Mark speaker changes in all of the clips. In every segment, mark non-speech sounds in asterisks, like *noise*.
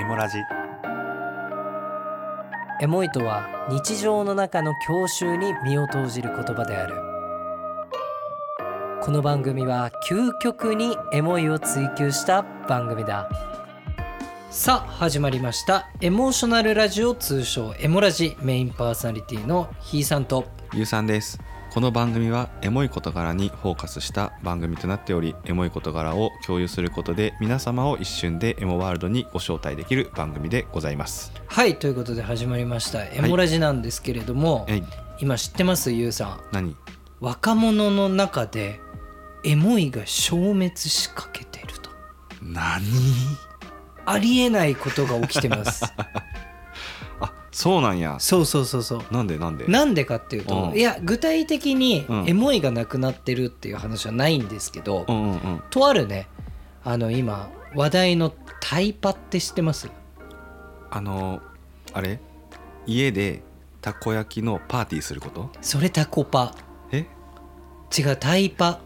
Speaker 1: エモラジ
Speaker 2: エモいとは日常の中の郷愁に身を投じる言葉であるこの番組は究極にエモいを追求した番組ださあ始まりましたエモーショナルラジオ通称エモラジメインパーソナリティのひーさんと
Speaker 3: ゆうさんですこの番組はエモい事柄にフォーカスした番組となっておりエモい事柄を共有することで皆様を一瞬でエモワールドにご招待できる番組でございます
Speaker 2: はいということで始まりましたエモラジなんですけれども、
Speaker 3: えい
Speaker 2: 今知ってますゆうさん
Speaker 3: 何
Speaker 2: 若者の中でエモいが消滅しかけていると
Speaker 3: 何
Speaker 2: ありえないことが起きてます
Speaker 3: *laughs* あそうなんや
Speaker 2: そうそうそうそう
Speaker 3: なんでなんで
Speaker 2: なんでかっていうと、
Speaker 3: うん
Speaker 2: いや具体的に
Speaker 3: うん
Speaker 2: エモいがなくなってるっていう話はないんですけど、
Speaker 3: うんうんうん
Speaker 2: とあるねあの今話題のタイパって知ってます
Speaker 3: あのあれ家でたこ焼きのパーティーすること
Speaker 2: それタコパ
Speaker 3: え
Speaker 2: 違うタイパ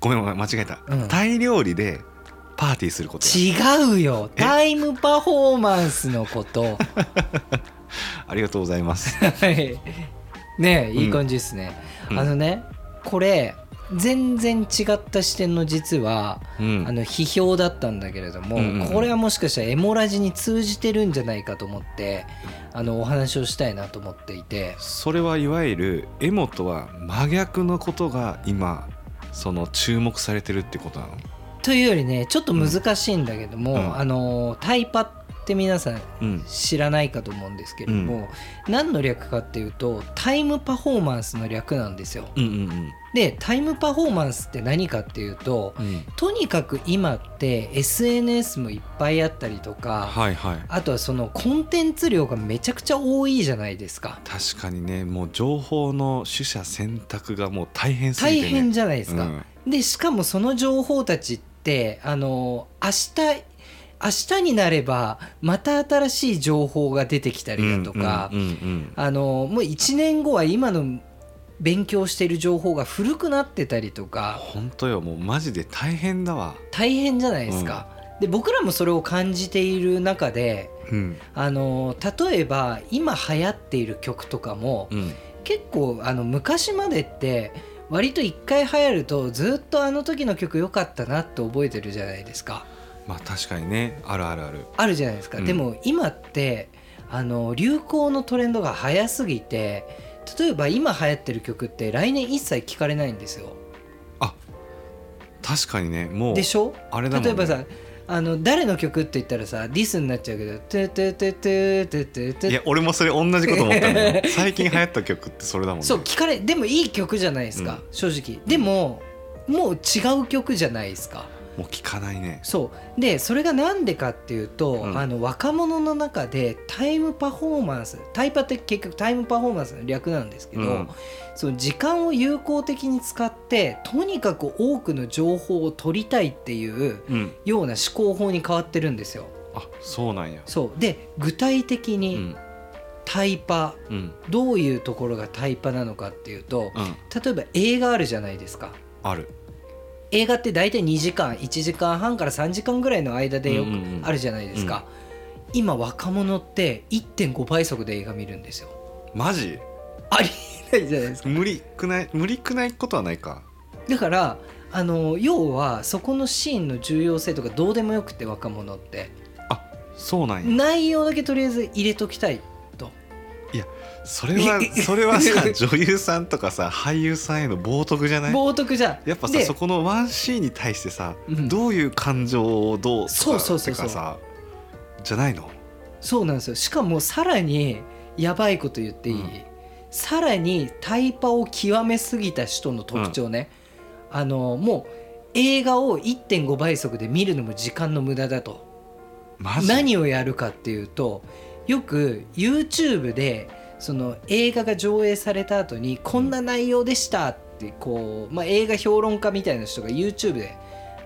Speaker 3: ごめんごめん間違えた、
Speaker 2: うん
Speaker 3: タイ料理でパーティーすることや
Speaker 2: 違うよ
Speaker 3: え
Speaker 2: タイムパフォーマンスのこと
Speaker 3: ありがとうございます
Speaker 2: はい *laughs* ねえ
Speaker 3: うん
Speaker 2: いい感じですね、
Speaker 3: うん
Speaker 2: あのねこれ全然違った視点の実は
Speaker 3: うん
Speaker 2: あの批評だったんだけれども、
Speaker 3: うんうんうん
Speaker 2: これはもしかしたらエモラジに通じてるんじゃないかと思ってあのお話をしたいなと思っていて
Speaker 3: それはいわゆるエモとは真逆のことが今その注目されてるってことなの
Speaker 2: というよりねちょっと難しいんだけども、
Speaker 3: うん
Speaker 2: あのタイパって皆さん
Speaker 3: うん
Speaker 2: 知らないかと思うんですけれども、何の略かっていうとタイムパフォーマンスの略なんですよ。
Speaker 3: うんうん
Speaker 2: でタイムパフォーマンスって何かっていうと
Speaker 3: うんうん
Speaker 2: とにかく今って SNS もいっぱいあったりとか、
Speaker 3: はいはい
Speaker 2: あとはそのコンテンツ量がめちゃくちゃ多いじゃないですか。
Speaker 3: 確かにねもう情報の取捨選択がもう大変すぎて、
Speaker 2: 大
Speaker 3: ね、
Speaker 2: 変
Speaker 3: じ
Speaker 2: じゃないですか、でしかもその情報たちってあの明日明日になればまた新しい情報が出てきたりだとか、
Speaker 3: うんうんうん
Speaker 2: あのもう1年後は今の勉強している情報が古くなってたりとか
Speaker 3: 本当よもうマジで大変だわ
Speaker 2: 大変じゃないですか、で僕らもそれを感じている中で
Speaker 3: うん
Speaker 2: あの例えば今流行っている曲とかも、
Speaker 3: うん
Speaker 2: 結構あの昔までって割と一回流行るとずっとあの時の曲良かったなって覚えてるじゃないですか
Speaker 3: まあ確かにねあるあるある
Speaker 2: あるじゃないですか、
Speaker 3: うん
Speaker 2: でも今ってあの流行のトレンドが早すぎて例えば今流行ってる曲って来年一切聞かれないんですよ
Speaker 3: 確かにねもう
Speaker 2: でしょ
Speaker 3: あれだもん、
Speaker 2: 例
Speaker 3: ね、
Speaker 2: えばさあの誰の曲って言ったらさディスになっちゃうけど「トゥトゥトゥトゥトゥトゥトゥ
Speaker 3: いや俺もそれ同じこと思ったん
Speaker 2: *laughs*
Speaker 3: だよ最近流行った曲ってそれだもんね
Speaker 2: そう聞かれでもいい曲じゃないですか、正直でももう違う曲じゃないですか
Speaker 3: もう聞かないね
Speaker 2: そうでそれが何でかっていうと、
Speaker 3: うん
Speaker 2: あの若者の中でタイムパフォーマンスタイパって結局タイムパフォーマンスの略なんですけど、
Speaker 3: うん
Speaker 2: その時間を有効的に使ってとにかく多くの情報を取りたいっていう
Speaker 3: うん
Speaker 2: ような思考法に変わってるんですよ。
Speaker 3: あそうなんや
Speaker 2: そうで具体的
Speaker 3: う
Speaker 2: に
Speaker 3: ん
Speaker 2: タイパ、
Speaker 3: うん
Speaker 2: どういうところがタイパなのかっていうと
Speaker 3: うん
Speaker 2: 例えば映画あるじゃないですか。
Speaker 3: ある
Speaker 2: 映画って大体2時間1時間半から3時間ぐらいの間でよ
Speaker 3: う
Speaker 2: く
Speaker 3: んうんうん
Speaker 2: あるじゃないですか、今若者って1.5倍速で映画見るんですよ
Speaker 3: マジ
Speaker 2: ありえないじゃないですか
Speaker 3: 無理くない無理くないことはないか
Speaker 2: だからあの要はそこのシーンの重要性とかどうでもよくて若者って
Speaker 3: そうなんや
Speaker 2: 内容だけとりあえず入れときたいと
Speaker 3: それはそれはさ *laughs* 女優さんとかさ俳優さんへの冒涜じゃない
Speaker 2: 冒涜じゃん
Speaker 3: やっぱさ
Speaker 2: で
Speaker 3: そこのワンシーンに対してさ、
Speaker 2: うん
Speaker 3: どういう感情をどうとか
Speaker 2: そうそうそうそう
Speaker 3: てかさじゃないの
Speaker 2: そうなんですよしかもさらにやばいこと言っていい、
Speaker 3: うん
Speaker 2: さらにタイパを極めすぎた人の特徴ね、あのもう映画を1.5倍速で見るのも時間の無駄だと
Speaker 3: マジ
Speaker 2: 何をやるかっていうとよく YouTube でその映画が上映された後にこんな内容でしたってこう、まあ、映画評論家みたいな人が YouTube で、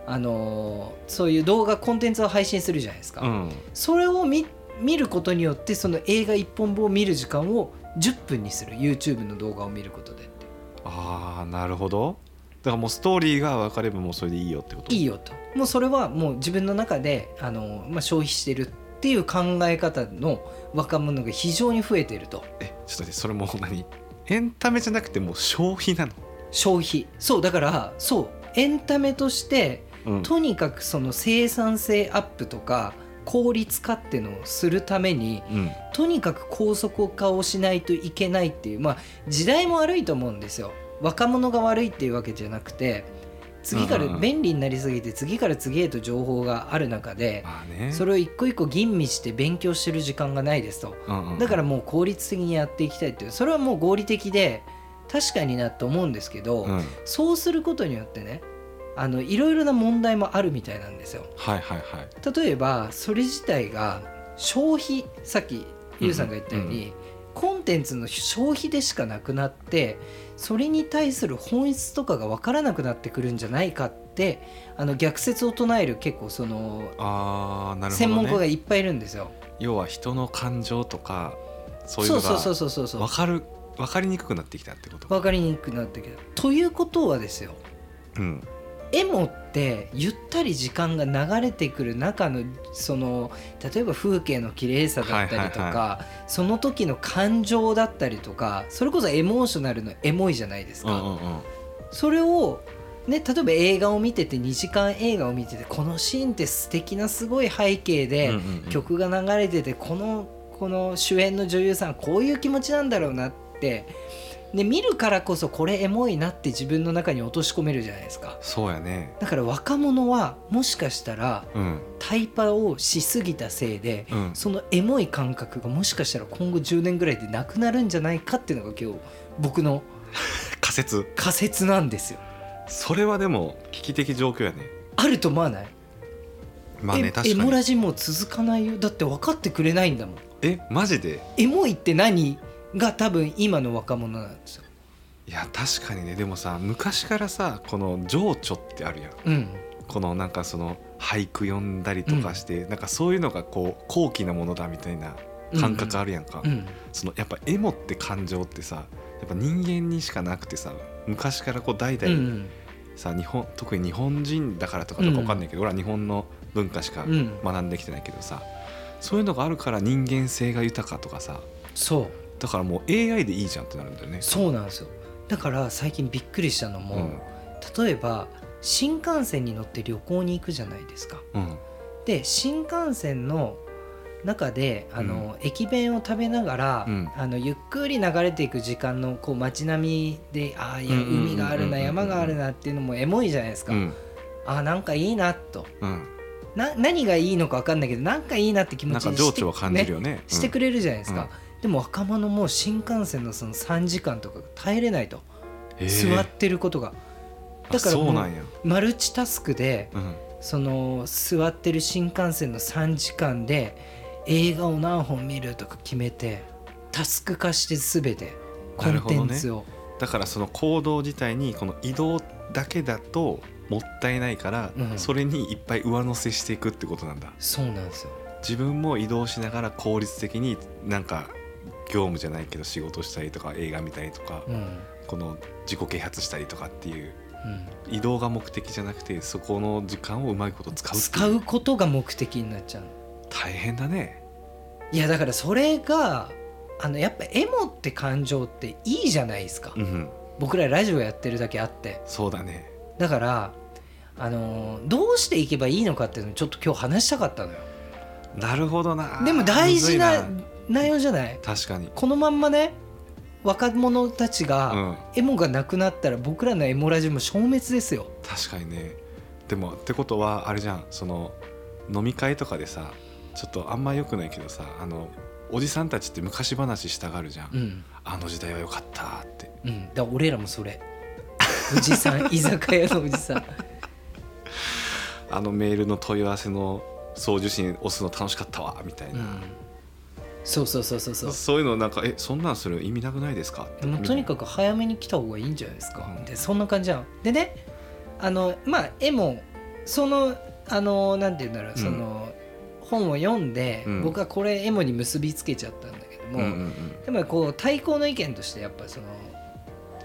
Speaker 2: あのそういう動画コンテンツを配信するじゃないですか。
Speaker 3: うん
Speaker 2: それを見見ることによってその映画一本分を見る時間を10分にする YouTube の動画を見ることでって
Speaker 3: ああなるほどだからもうストーリーが分かればもうそれでいいよってこと
Speaker 2: いい
Speaker 3: よ
Speaker 2: よともうそれはもう自分の中であの、まあ、消費してるっていう考え方の若者が非常に増えていると
Speaker 3: えちょっと待ってそれもう何エンタメじゃなくてもう消費なの、
Speaker 2: 消費そうだからそうエンタメとして
Speaker 3: うん
Speaker 2: とにかくその生産性アップとか効率化ってのをするために
Speaker 3: うん
Speaker 2: とにかく高速化をしないといけないっていうまあ時代も悪いと思うんですよ若者が悪いっていうわけじゃなくて次か
Speaker 3: うんうん
Speaker 2: ら
Speaker 3: うん
Speaker 2: 便利になりすぎて次から次へと情報がある中で
Speaker 3: まあね
Speaker 2: それを一個一個吟味して勉強してる時間がないですと
Speaker 3: うんうん
Speaker 2: だからもう効率的にやっていきたいっていうそれはもう合理的で確かになと思うんですけど、
Speaker 3: うんはい
Speaker 2: そうすることによってねあのいろいろな問題もあるみたいなんですよ
Speaker 3: はいはい
Speaker 2: 例えばそれ自体が消費さっきゆうさんが言ったように、コンテンツの消費でしかなくなってそれに対する本質とかが分からなくなってくるんじゃないかってあの逆説を唱える結構その
Speaker 3: あーなるほど、ね、
Speaker 2: 専門家がいっぱいいるんですよ。
Speaker 3: 要は人の感情とかそういう
Speaker 2: そ
Speaker 3: の
Speaker 2: うそう
Speaker 3: が
Speaker 2: そうそうそうそう
Speaker 3: 分かる分かりにくくなってきたってこと
Speaker 2: 分かりにくくなったけど。ということはですよ
Speaker 3: うん
Speaker 2: エモってゆったり時間が流れてくる中のその例えば風景の綺麗さだったりとか、
Speaker 3: はいはい
Speaker 2: その時の感情だったりとかそれこそエモーショナルのエモいじゃないです
Speaker 3: う
Speaker 2: か、
Speaker 3: んうんうん
Speaker 2: それを、ね、例えば映画を見てて2時間映画を見ててこのシーンって素敵なすごい背景で、
Speaker 3: うんうんうん
Speaker 2: 曲が流れててこのこの主演の女優さんはこういう気持ちなんだろうなってで見るからこそこれエモいなって自分の中に落とし込めるじゃないですか。
Speaker 3: そうやね
Speaker 2: だから若者はもしかしたら
Speaker 3: うん
Speaker 2: タイパをしすぎたせいで
Speaker 3: うん
Speaker 2: そのエモい感覚がもしかしたら今後10年ぐらいでなくなるんじゃないかっていうのが今日僕の
Speaker 3: 仮説
Speaker 2: 仮説なんですよ。
Speaker 3: それはでも危機的状況やね
Speaker 2: あると思わない、
Speaker 3: まあね
Speaker 2: え
Speaker 3: 確
Speaker 2: エ
Speaker 3: か
Speaker 2: モ
Speaker 3: に
Speaker 2: ラジもう続かないよだって分かってくれないんだもん
Speaker 3: えマジで
Speaker 2: エモいって何が多分今の若者なんですよ。
Speaker 3: いや確かにねでもさ昔からさこの情緒ってあるやん
Speaker 2: うん、
Speaker 3: このなんかその俳句読んだりとかして、なんかそういうのがこう高貴なものだみたいな感覚あるやんか、
Speaker 2: うん
Speaker 3: そのやっぱエモって感情ってさやっぱ人間にしかなくてさ昔からこう代
Speaker 2: うんう
Speaker 3: 々
Speaker 2: ん
Speaker 3: さ、日本特に日本人だからとかとかわかんないけど、俺は日本の文化しか
Speaker 2: うん
Speaker 3: 学んできてないけどさ、そういうのがあるから人間性が豊かとかさ
Speaker 2: そう
Speaker 3: だからもう AI でいいじゃんってなるんだよね。
Speaker 2: そうなんですよだから最近びっくりしたのも、
Speaker 3: うん
Speaker 2: 例えば新幹線に乗って旅行に行くじゃないですか
Speaker 3: うん
Speaker 2: で新幹線の中であの、駅弁を食べながら、
Speaker 3: うん
Speaker 2: あのゆっくり流れていく時間のこう街並みでああいや
Speaker 3: うんうんうんうんうん
Speaker 2: 海があるな山があるなっていうのもエモいじゃないですか、
Speaker 3: うん
Speaker 2: ああなんかいいなと
Speaker 3: うん、
Speaker 2: な何がいいのか分かんないけどなんかいいなって気持
Speaker 3: なん
Speaker 2: ちに
Speaker 3: か
Speaker 2: して
Speaker 3: 情緒は感じるよね。
Speaker 2: してく
Speaker 3: れ
Speaker 2: れるじゃないですか、でも若者も新幹線のその3時間とか耐えれないと、座ってることがだからもう
Speaker 3: そうなんや。
Speaker 2: マルチタスクで
Speaker 3: うん
Speaker 2: その座ってる新幹線の3時間で映画を何本見るとか決めてタスク化して全てコ
Speaker 3: なる
Speaker 2: ン
Speaker 3: ほど
Speaker 2: テ
Speaker 3: ね
Speaker 2: ンツを、
Speaker 3: だからその行動自体にこの移動だけだともったいないから、
Speaker 2: うん
Speaker 3: それにいっぱい上乗せしていくってことなんだ
Speaker 2: そうなんですよ
Speaker 3: 自分も移動しながら効率的になんか業務じゃないけど仕事したりとか映画見たりとか、
Speaker 2: うん、うん、
Speaker 3: この自己啓発したりとかっていう移動が目的じゃなくてそこの時間をうまいこと使うって
Speaker 2: 使
Speaker 3: いう
Speaker 2: うことが目的になっちゃう
Speaker 3: 大変だね
Speaker 2: いやだからそれがあのやっぱエモって感情っていいじゃないですか、
Speaker 3: うん
Speaker 2: 僕らラジオやってるだけあって
Speaker 3: そうだね
Speaker 2: だからあのーどうしていけばいいのかっていうのをちょっと今日話したかったのよ
Speaker 3: なるほどな
Speaker 2: でも大事な
Speaker 3: むずい
Speaker 2: 内容じゃない
Speaker 3: 確かに
Speaker 2: このまんまね若者たち
Speaker 3: う
Speaker 2: が
Speaker 3: ん
Speaker 2: エモがなくなったら僕らのエモラジも消滅ですよ
Speaker 3: 確かにねでもってことはあれじゃんその飲み会とかでさちょっとあんま良くないけどさあのおじさんたちって昔話したがるじゃん、
Speaker 2: うん
Speaker 3: あの時代は良かったって
Speaker 2: うんだから俺らも
Speaker 3: *laughs*
Speaker 2: それおじさん居酒屋のおじさん
Speaker 3: あのメールの問い合わせの送受信押すの楽しかったわみたいうな、
Speaker 2: んそうそうそうそうそう
Speaker 3: そういうのなんかえそんなんする意味なくないですかって
Speaker 2: でもとにかく早めに来た方がいいんじゃないですか、
Speaker 3: うん
Speaker 2: でそんな感じじゃんでねあのまあ絵もそのあのなんて言うんだろう、その本を読んで、
Speaker 3: うん
Speaker 2: 僕はこれ絵もに結びつけちゃったんだけども、
Speaker 3: うんうん
Speaker 2: やっぱりこう対抗の意見としてやっぱその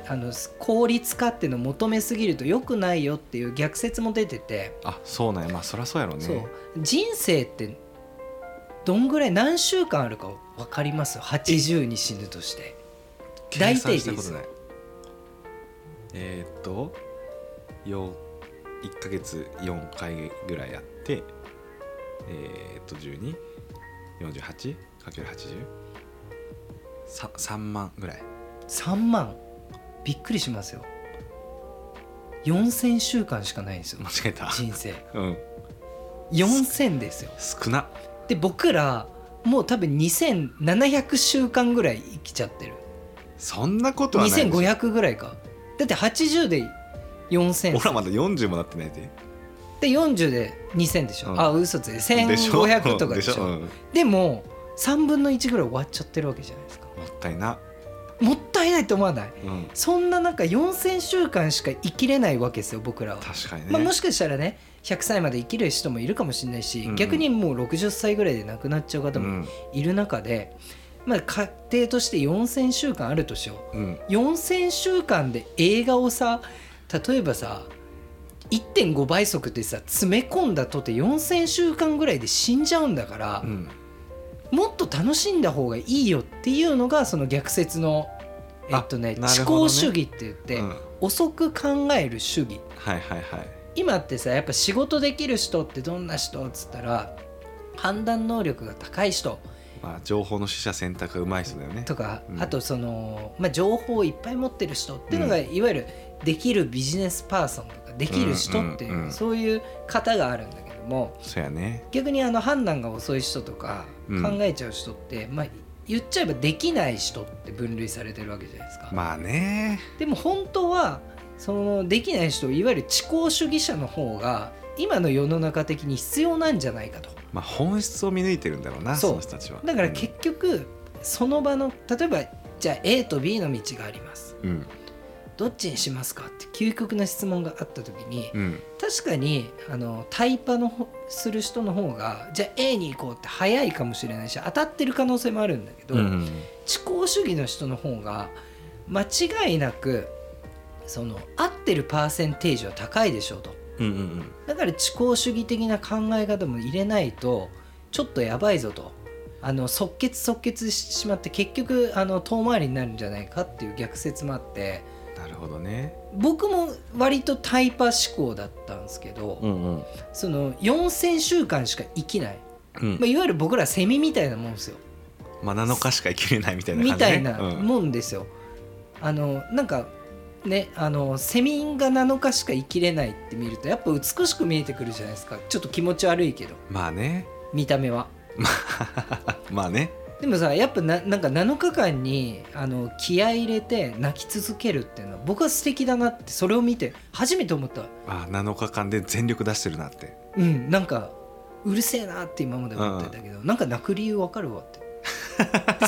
Speaker 2: あの効率化っていうのを求めすぎると良くないよっていう逆説も出てて、
Speaker 3: あそうなんやまあそりゃそうやろうね
Speaker 2: そう人生ってどんぐらい何週間あるか分かります80に死ぬとして
Speaker 3: 計
Speaker 2: 大体
Speaker 3: 算
Speaker 2: で
Speaker 3: したこと
Speaker 2: いい
Speaker 3: ないえー、っとよ1ヶ月4回ぐらいやってえー、っと1248かける80さ3万ぐらい
Speaker 2: 3万びっくりしますよ4000週間しかないんですよ
Speaker 3: 間違えた
Speaker 2: *laughs* 人生
Speaker 3: うん
Speaker 2: 4000ですよ
Speaker 3: 少な
Speaker 2: で僕らもう多分2700週間ぐらい生きちゃってる
Speaker 3: そんなことはないでしょ
Speaker 2: 2500ぐらいかだって80で4000
Speaker 3: 俺らまだ40もなってないで
Speaker 2: で40で2000でしょ、
Speaker 3: うん
Speaker 2: あ嘘ついて
Speaker 3: でしょ
Speaker 2: 1500とかでしょ
Speaker 3: で
Speaker 2: で
Speaker 3: ょ、うん、も
Speaker 2: も3分の1ぐらい終わっちゃってるわけじゃないですか
Speaker 3: ったいな、
Speaker 2: もったいないと思わない
Speaker 3: うん、
Speaker 2: そんな中4000週間しか生きれないわけですよ僕らは、
Speaker 3: 確かにね、
Speaker 2: まあ、もしかしたらね100歳まで生きる人もいるかもしれないし、
Speaker 3: うんうん
Speaker 2: 逆にもう60歳ぐらいで亡くなっちゃう方
Speaker 3: う
Speaker 2: も
Speaker 3: ん
Speaker 2: いる中で、まあ、家庭として4,000週間あるとしよう
Speaker 3: うん、
Speaker 2: 4,000週間で映画をさ例えばさ1.5倍速でさ詰め込んだとて4,000週間ぐらいで死んじゃうんだから、
Speaker 3: うん、
Speaker 2: もっと楽しんだ方がいいよっていうのがその逆説のえ
Speaker 3: あ
Speaker 2: っとね
Speaker 3: なる
Speaker 2: 思
Speaker 3: ほどね
Speaker 2: 考主義って言って、
Speaker 3: うんはい
Speaker 2: 遅く考える主義
Speaker 3: はいはい
Speaker 2: 今ってさやっぱ仕事できる人ってどんな人っつったら判断能力が高い人
Speaker 3: まあ情報の取捨選択がうまい人だよね
Speaker 2: とか、
Speaker 3: うん
Speaker 2: あとその、まあ、情報をいっぱい持ってる人っていうのが、いわゆるできるビジネスパーソンとかできる人っていう、
Speaker 3: うんうんうん
Speaker 2: そういう方があるんだけども
Speaker 3: そうやね
Speaker 2: 逆にあの判断が遅い人とか
Speaker 3: うん
Speaker 2: 考えちゃう人って、まあ言っちゃえばできない人って分類されてるわけじゃないですか。
Speaker 3: まあね
Speaker 2: でも本当はそのできない人いわゆる知行主義者の方が今の世の中的に必要なんじゃないかと。
Speaker 3: まあ本質を見抜いてるんだろうな
Speaker 2: そう
Speaker 3: その人たちは
Speaker 2: だから結局その場の例えばじゃあ A と B の道があります。
Speaker 3: うん
Speaker 2: どっちにしますかって究極な質問があった時に
Speaker 3: うん
Speaker 2: 確かにあのタイパのほする人の方がじゃあ A に行こうって早いかもしれないし当たってる可能性もあるんだけど、
Speaker 3: うんうん
Speaker 2: 知行主義の人の方が間違いなくその合ってるパーセンテージは高いでしょうと
Speaker 3: うんうん
Speaker 2: だから知行主義的な考え方も入れないとちょっとやばいぞとあの即決即決してしまって結局あの遠回りになるんじゃないかっていう逆説もあって。
Speaker 3: なるほどね
Speaker 2: 僕も割とタイパ思考だったんですけど、
Speaker 3: んうん
Speaker 2: その4,000週間しか生きない、
Speaker 3: うん
Speaker 2: まあ、いわゆる僕らセミみたいなもんですよ
Speaker 3: まあ7日しか生きれないみたいな
Speaker 2: み
Speaker 3: 感じね
Speaker 2: たいな
Speaker 3: うん
Speaker 2: もんですよ。あのなんかねあのセミが7日しか生きれないって見るとやっぱ美しく見えてくるじゃないですかちょっと気持ち悪いけど
Speaker 3: まあね *laughs*
Speaker 2: 見た目は。
Speaker 3: まあね
Speaker 2: でもさやっぱななんか7日間にあの気合い入れて泣き続けるっていうのは僕は素敵だなってそれを見て初めて思った
Speaker 3: あ7日間で全力出してるなって
Speaker 2: うんなんかうるせえなって今まで思ってたけど、なんか泣く理由わかるわっ て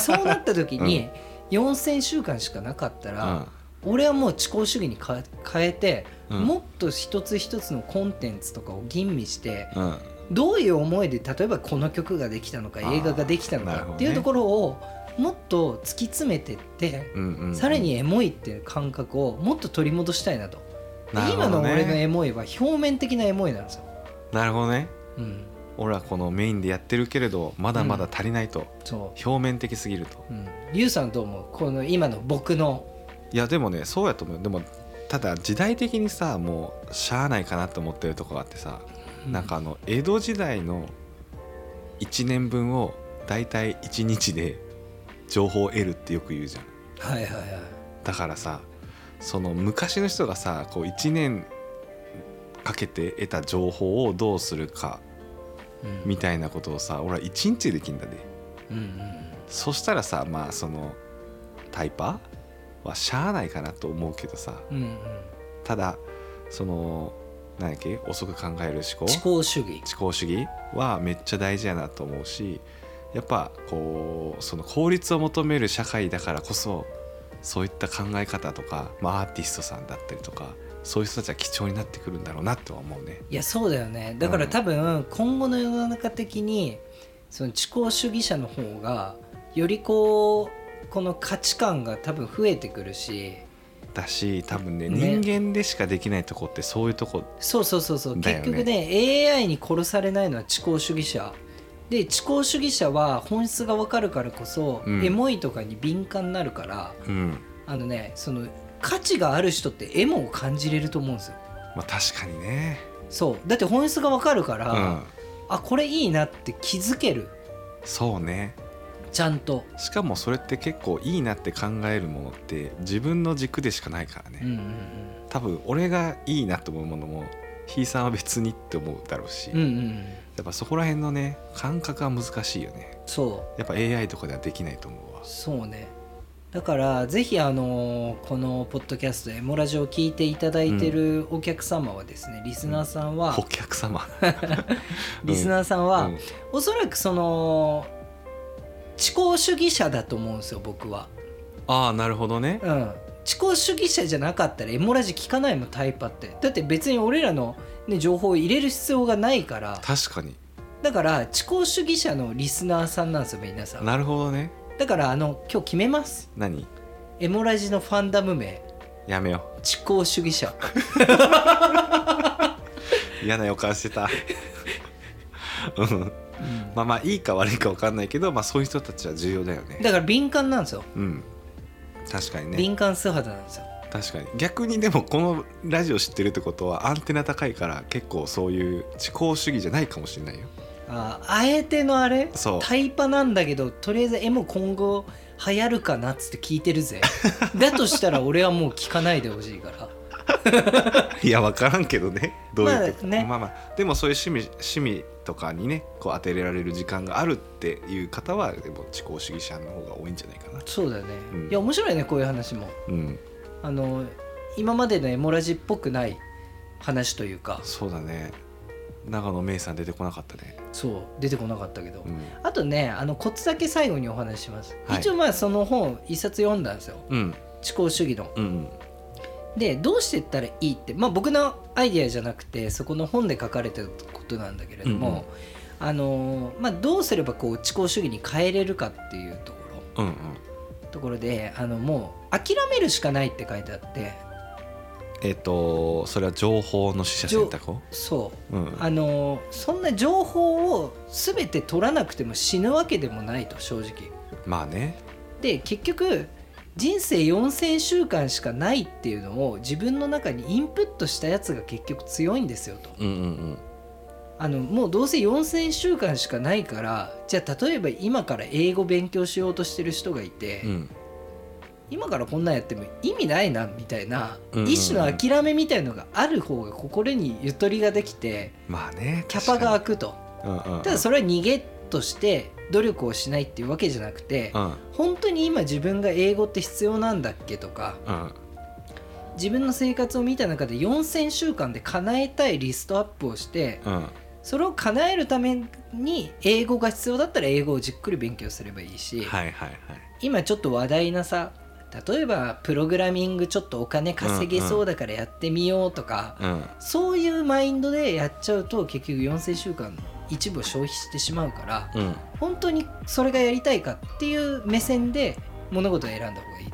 Speaker 3: *laughs*
Speaker 2: そうなった時に、4,000週間しかなかったら、俺はもう知行主義にか変えて、
Speaker 3: うん
Speaker 2: もっと一つ一つのコンテンツとかを吟味して
Speaker 3: うんうん
Speaker 2: どういう思いで例えばこの曲ができたのか映画ができたの
Speaker 3: あーなる
Speaker 2: か
Speaker 3: ほどね
Speaker 2: っていうところをもっと突き詰めてって、
Speaker 3: うんうん
Speaker 2: さらにエモいっていう感覚をもっと取り戻したいなと
Speaker 3: なるほ
Speaker 2: 今の
Speaker 3: どね
Speaker 2: 俺のエモいは表面的なエモいなんですよ。
Speaker 3: なるほどね
Speaker 2: うん
Speaker 3: 俺はこのメインでやってるけれどまだまだ足りないと、
Speaker 2: そう
Speaker 3: 表面的すぎると
Speaker 2: うん、ゆうさんどう思うこの今の僕の
Speaker 3: いやでもねそうやと思うよでもただ時代的にさもうしゃあないかなと思ってるとこがあってさ、なんかあの江戸時代の1年分を大体1日で情報を得るってよく言うじゃん
Speaker 2: はいはいはい
Speaker 3: だからさその昔の人がさこう1年かけて得た情報をどうするか
Speaker 2: うん
Speaker 3: みたいなことをさ俺は1日でできんだで
Speaker 2: うん
Speaker 3: そしたらさまあそのタイパはしゃあないかなと思うけどさ
Speaker 2: うんうんうん
Speaker 3: ただその何やっけ遅く考える思考
Speaker 2: 思考主義
Speaker 3: 思考主義はめっちゃ大事やなと思うしやっぱこうその効率を求める社会だからこそそういった考え方とか、まあ、アーティストさんだったりとかそういう人たちは貴重になってくるんだろうなとは思うね。
Speaker 2: いやそうだよねだから多分今後の世の中的にその知行主義者の方がよりこうこの価値観が多分増えてくるし
Speaker 3: だし多分ね
Speaker 2: ね
Speaker 3: 人間でしかできないとこってそういうとこ
Speaker 2: そうそうそうそう、
Speaker 3: だよ
Speaker 2: 結
Speaker 3: ね
Speaker 2: 局ね AI に殺されないのは知行主義者で知行主義者は本質が分かるからこそ、
Speaker 3: うん
Speaker 2: エモいとかに敏感になるから
Speaker 3: うん
Speaker 2: あのねその価値がある人ってエモを感じれると思うんですよ
Speaker 3: まあ確かにね
Speaker 2: そうだって本質が分かるから、
Speaker 3: うん
Speaker 2: あこれいいなって気づける
Speaker 3: そうね
Speaker 2: ちゃんと、
Speaker 3: しかもそれって結構いいなって考えるものって自分の軸でしかないからね、
Speaker 2: うん
Speaker 3: 多分俺がいいなと思うものもひいさんは別にって思うだろうし、
Speaker 2: うんうん、うんう
Speaker 3: や
Speaker 2: んうん
Speaker 3: っぱそこら辺のね感覚は難しいよね
Speaker 2: そう
Speaker 3: やっぱ AI とかではできないと思うわ
Speaker 2: そうねだからぜひあのこのポッドキャストエモラジオを聞いていただいてるお客様はですね、リスナーさんは、
Speaker 3: お客様
Speaker 2: *laughs* リスナーさん
Speaker 3: ー
Speaker 2: は、おそらくその知行主義者だと思うんですよ僕は、
Speaker 3: ああなるほどね
Speaker 2: うん、知行主義者じゃなかったらエモラジ聞かないもんタイパってだって別に俺らの、ね、情報を入れる必要がないから
Speaker 3: 確かに
Speaker 2: だから知行主義者のリスナーさんなんですよ皆さん
Speaker 3: なるほどね
Speaker 2: だからあの今日決めます
Speaker 3: 何
Speaker 2: エモラジのファンダム名
Speaker 3: やめよ
Speaker 2: 知行主義者
Speaker 3: う嫌な予感してた *laughs* うん
Speaker 2: うん
Speaker 3: まあまあいいか悪いか分かんないけど、まあ、そういう人たちは重要だよね
Speaker 2: だから敏感なんですよ、
Speaker 3: うん確かにね
Speaker 2: 敏感素肌なんですよ
Speaker 3: 確かに逆にでもこのラジオ知ってるってことはアンテナ高いから結構そういう知行主義じゃないかもしれないよ *laughs*
Speaker 2: あーあえてのあれ
Speaker 3: そう
Speaker 2: タイパなんだけどとりあえずエモ今後流行るかなっつって聞いてるぜだとしたら俺はもう聞かないでほしいから
Speaker 3: いや分からんけどねどういうこと
Speaker 2: まあね
Speaker 3: まあまあでもそういう趣味趣味とかにねこう当てられる時間があるっていう方はでも知行主義者の方が多いんじゃないかな
Speaker 2: そうだね、
Speaker 3: うん
Speaker 2: いや面白いねこういう話も
Speaker 3: うん
Speaker 2: あの今までのエモラジっぽくない話というか
Speaker 3: そうだね長野芽郁さん出てこなかったね
Speaker 2: そう出てこなかったけど、
Speaker 3: うん、
Speaker 2: あとねあのコツだけ最後にお話しします、
Speaker 3: はい
Speaker 2: 一応まあその本一冊読んだんですよ
Speaker 3: うん、
Speaker 2: 知行主義の
Speaker 3: うんうん
Speaker 2: でどうしていったらいいって、まあ、僕のアイデアじゃなくてそこの本で書かれてることなんだけれども、あのーまあ、どうすればこう知行主義に変えれるかっていうとこ
Speaker 3: うんうん
Speaker 2: ろところであのもう諦めるしかないって書いてあって
Speaker 3: えっ、とそれは情報の取捨選択を
Speaker 2: そう
Speaker 3: うん
Speaker 2: あのーそんな情報を全て取らなくても死ぬわけでもないと正直
Speaker 3: まあね
Speaker 2: で結局人生4,000週間しかないっていうのを自分の中にインプットしたやつが結局強いんですよと。
Speaker 3: うんうんうん
Speaker 2: あのもうどうせ4,000週間しかないからじゃあ例えば今から英語勉強しようとしてる人がいて、
Speaker 3: うん
Speaker 2: 今からこんなんやっても意味ないなみたいな、
Speaker 3: うんうんうん
Speaker 2: 一種の諦めみたいのがある方が心にゆとりができて
Speaker 3: まあね
Speaker 2: キャパが空くと
Speaker 3: うんうんうん
Speaker 2: ただそれは逃げとして努力をしないっていうわけじゃなくて、
Speaker 3: うん
Speaker 2: 本当に今自分が英語って必要なんだっけとか
Speaker 3: うん
Speaker 2: 自分の生活を見た中で4,000週間で叶えたいリストアップをして、
Speaker 3: うん
Speaker 2: それを叶えるために英語が必要だったら英語をじっくり勉強すればいい
Speaker 3: は
Speaker 2: し、
Speaker 3: いはいはい
Speaker 2: 今ちょっと話題なさ例えばプログラミングちょっとお金稼げそうだからやってみようとか、
Speaker 3: うん
Speaker 2: そういうマインドでやっちゃうと結局4,000週間の一部を消費してしまうから
Speaker 3: うん
Speaker 2: 本当にそれがやりたいかっていう目線で物事を選んだ方がいい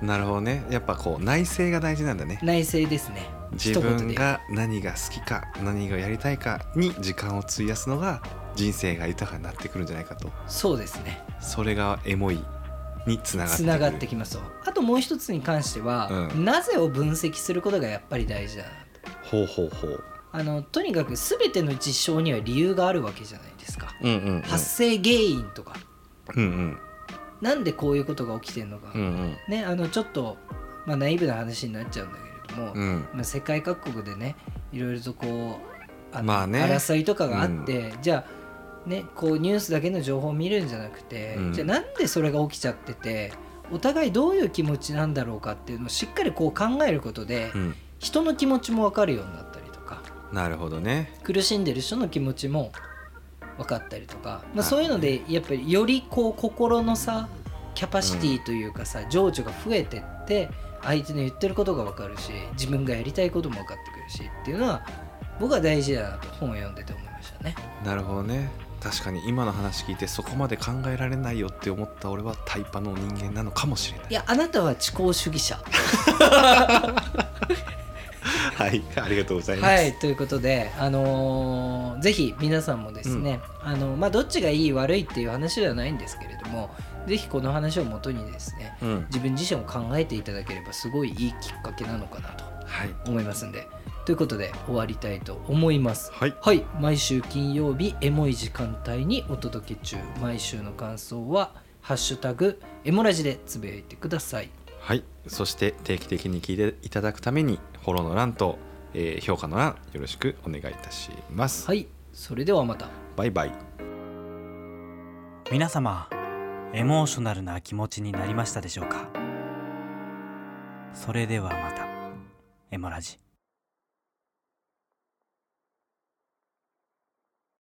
Speaker 2: と
Speaker 3: なるほどねやっぱこう内省が大事なんだね
Speaker 2: 内政ですね
Speaker 3: 自分が何が好きか何がやりたいかに時間を費やすのが人生が豊かになってくるんじゃないかと
Speaker 2: そうですね
Speaker 3: それがエモいにつながって
Speaker 2: つ
Speaker 3: くる
Speaker 2: ながってきますとあともう一つに関しては、
Speaker 3: うん
Speaker 2: なぜを分析することがやっぱり大事だなと
Speaker 3: ほうほうほう
Speaker 2: あのとにかく全ての事象には理由があるわけじゃないですか、
Speaker 3: うんうんうん
Speaker 2: 発生原因とか
Speaker 3: うん
Speaker 2: なんでこういうことが起きてるのか、
Speaker 3: うんうん
Speaker 2: ねあのちょっと、まあ、ナイーブな話になっちゃうんだけれども、
Speaker 3: うんうん
Speaker 2: まあ、世界各国でねいろいろとこうの
Speaker 3: まあね
Speaker 2: 争いとかがあって、じゃあね、こうニュースだけの情報を見るんじゃなくて、
Speaker 3: うん
Speaker 2: じゃあなんでそれが起きちゃっててお互いどういう気持ちなんだろうかっていうのをしっかりこう考えることで、
Speaker 3: うん
Speaker 2: 人の気持ちも分かるようになったりとか
Speaker 3: なるほどね
Speaker 2: 苦しんでる人の気持ちも分かったりとか、まあ、
Speaker 3: なるほ
Speaker 2: そ
Speaker 3: ど
Speaker 2: う
Speaker 3: ね
Speaker 2: いうのでやっぱりよりこう心のさキャパシティというかさ、情緒が増えてって相手の言ってることが分かるし自分がやりたいことも分かってくるしっていうのは僕は大事だなと本を読んでて思いましたね。
Speaker 3: なるほどね確かに今の話聞いてそこまで考えられないよって思った俺はタイパの人間なのかもしれない
Speaker 2: いやあなたは知行主義者
Speaker 3: はいありがとうございます、
Speaker 2: はい、ということで、あのーぜひ皆さんもですね、あのまあ、どっちがいい悪いっていう話ではないんですけれどもぜひこの話をもとにですね
Speaker 3: うん
Speaker 2: 自分自身を考えていただければすごいいいきっかけなのかなと
Speaker 3: はい
Speaker 2: 思いますんでということで終わりたいと思います
Speaker 3: はい
Speaker 2: はい毎週金曜日エモい時間帯にお届け中毎週の感想は「ハッシュタグエモラジ」でつぶやいてください
Speaker 3: はい、そして定期的に聞いていただくためにフォローの欄と、えー評価の欄よろしくお願いいたします、
Speaker 2: はいそれではまた
Speaker 3: バイバイ
Speaker 1: 皆様エモーショナルな気持ちになりましたでしょうかそれではまたエモラジ